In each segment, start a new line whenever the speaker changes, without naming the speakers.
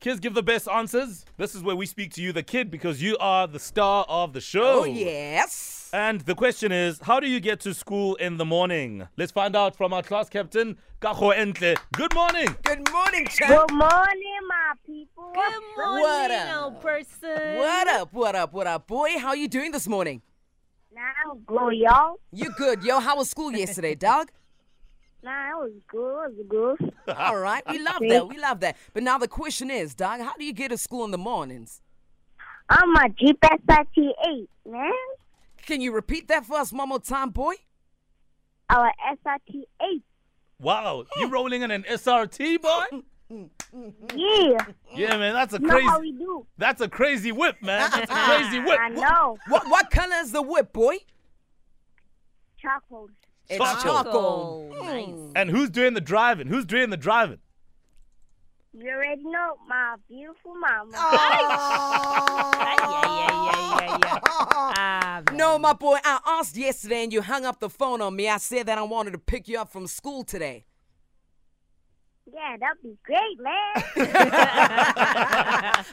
Kids give the best answers. This is where we speak to you, the kid, because you are the star of the show.
Oh, yes.
And the question is, how do you get to school in the morning? Let's find out from our class captain, Kaho Entle. Good morning.
Good morning, champ.
Good morning, my people.
Good morning,
What up?
old person.
What up? What up? What up, boy? How you doing this morning?
Now, go, y'all.
You good, yo? How was school yesterday, dog?
Now, it was good. It was good.
All right, we love that. We love that. But now the question is, dog, how do you get to school in the mornings?
I'm a GPSRT8, man.
Can you repeat that for us one more time, boy?
Our SRT8.
Wow, you rolling in an SRT, boy?
Yeah.
Yeah, man, that's a
You know how we
crazy.
do.
That's a crazy whip, man. That's a crazy whip.
I know.
What what color is the whip, boy?
Charcoal.
It's
Charcoal.
charcoal. Mm.
Oh, nice.
And who's doing the driving? Who's doing the driving?
You already know my beautiful mama.
Ah, yeah, yeah, yeah, yeah, yeah. Ah, man.
No, my boy, I asked yesterday and you hung up the phone on me. I said that I wanted to pick you up from school today.
Yeah, that'd be great, man.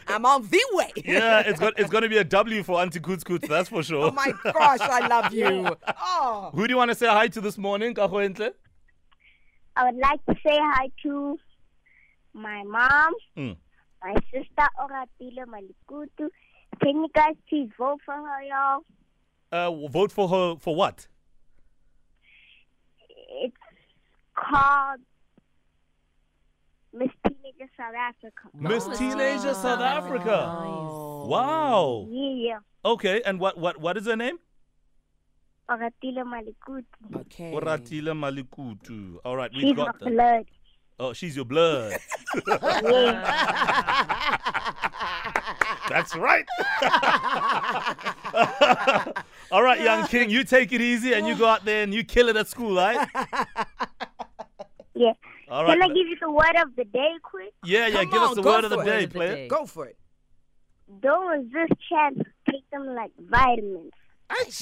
I'm on the way.
Yeah, it's got it's gonna be a W for Auntie Koots Koots, that's for sure.
Oh my gosh, I love you. Oh.
Who do you want to say hi to this morning, Kaho Entle?
I would like to say hi to my mom,
Mm.
my sister, Oratile Malikutu. Can you guys please vote for her, y'all?
Uh, vote for her for what?
It's called Miss Teenager South Africa.
Miss Teenager South Africa. Wow.
Yeah,
Okay, and what what what is her name?
Oratile Malikutu.
Okay.
Oratile Malikutu. All right,
She's
we've
my
Uh, got that.
blood.
Oh, she's your blood. That's right. All right, young king, you take it easy and you go out there and you kill it at school, right?
Yeah.
All
Can I
right.
give you the word of the day quick?
Yeah, yeah,
Come
give us
on,
the
go
word of the
for it.
day,
Word of the
player.
day.
Go for it.
Don't resist chance. Take them like vitamins.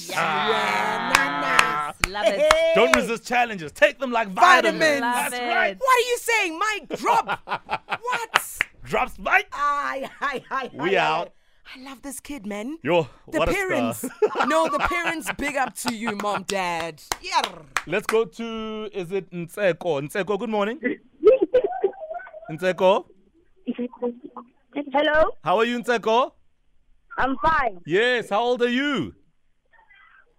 Yeah, nah, nah.
Ah, Love it.
Don't resist challenges. Take them like vitamins.
Vitamins.
Love
That's
it.
right.
What are you saying, Mike? Drop. what?
Drops mic.
I, I, I,
We
I,
out.
I love this kid, man.
Yo,
the
what a star.
parents. no, the parents. Big up to you, mom, dad. Yeah.
Let's go to is it Nseko? Nseko, good morning. Nseko,
Hello?
how are you, Nseko?
I'm fine.
Yes, how old are you?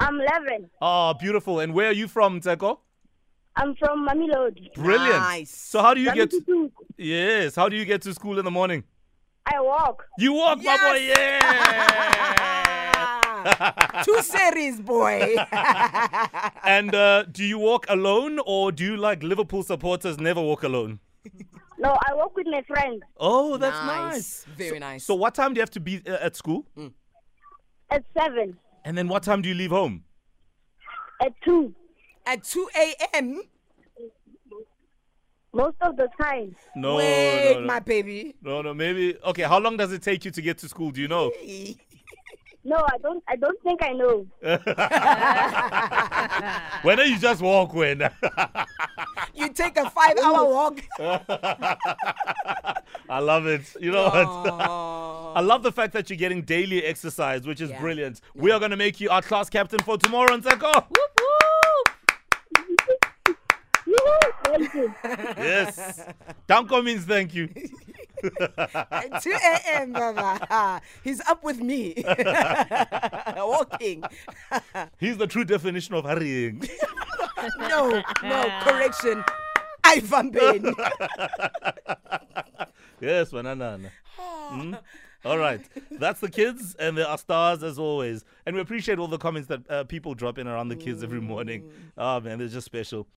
I'm 11.
Ah, beautiful. And where are you from, Nseko?
I'm from Mamelodi.
Brilliant.
Nice.
So how do you get?
Mamelodi.
Yes, how do you get to school in the morning?
I walk.
You walk, my boy. Yeah.
Ah, Two series, boy.
and uh, do you walk alone, or do you like Liverpool supporters never walk alone?
No, I walk with my friends.
Oh, that's nice.
Very nice. Mm.
So what time do you have to be uh, at school?
At 7.
And then what time do you leave home?
At 2.
at 2 a.m.
Most of the time.
Oh, No,
Wait,
no, no.
my baby.
no, no, maybe. Okay, how long does it take you to get to school? Do you know?
No, I don't I don't think I know.
Whether you just walk when.
You take a
Oh.
five-hour walk.
I love it. You know what?
Oh.
I love the fact that you're getting daily exercise, which is
Yeah.
brilliant. We are going to make you our class captain for tomorrow, Nseko.
Whoop, whoop.
Yoo-hoo, Thank you.
yes. Danko means thank you.
At 2 a.m., brother. He's up with me. Walking.
He's the true definition of hurrying.
No, no, correction. Ivan Ben.
yes, banana.
Ah.
All right. That's the kids, and there are stars as
Mm.
always. And we appreciate all the comments that uh, people drop in around the kids every morning. Oh, man, they're just special.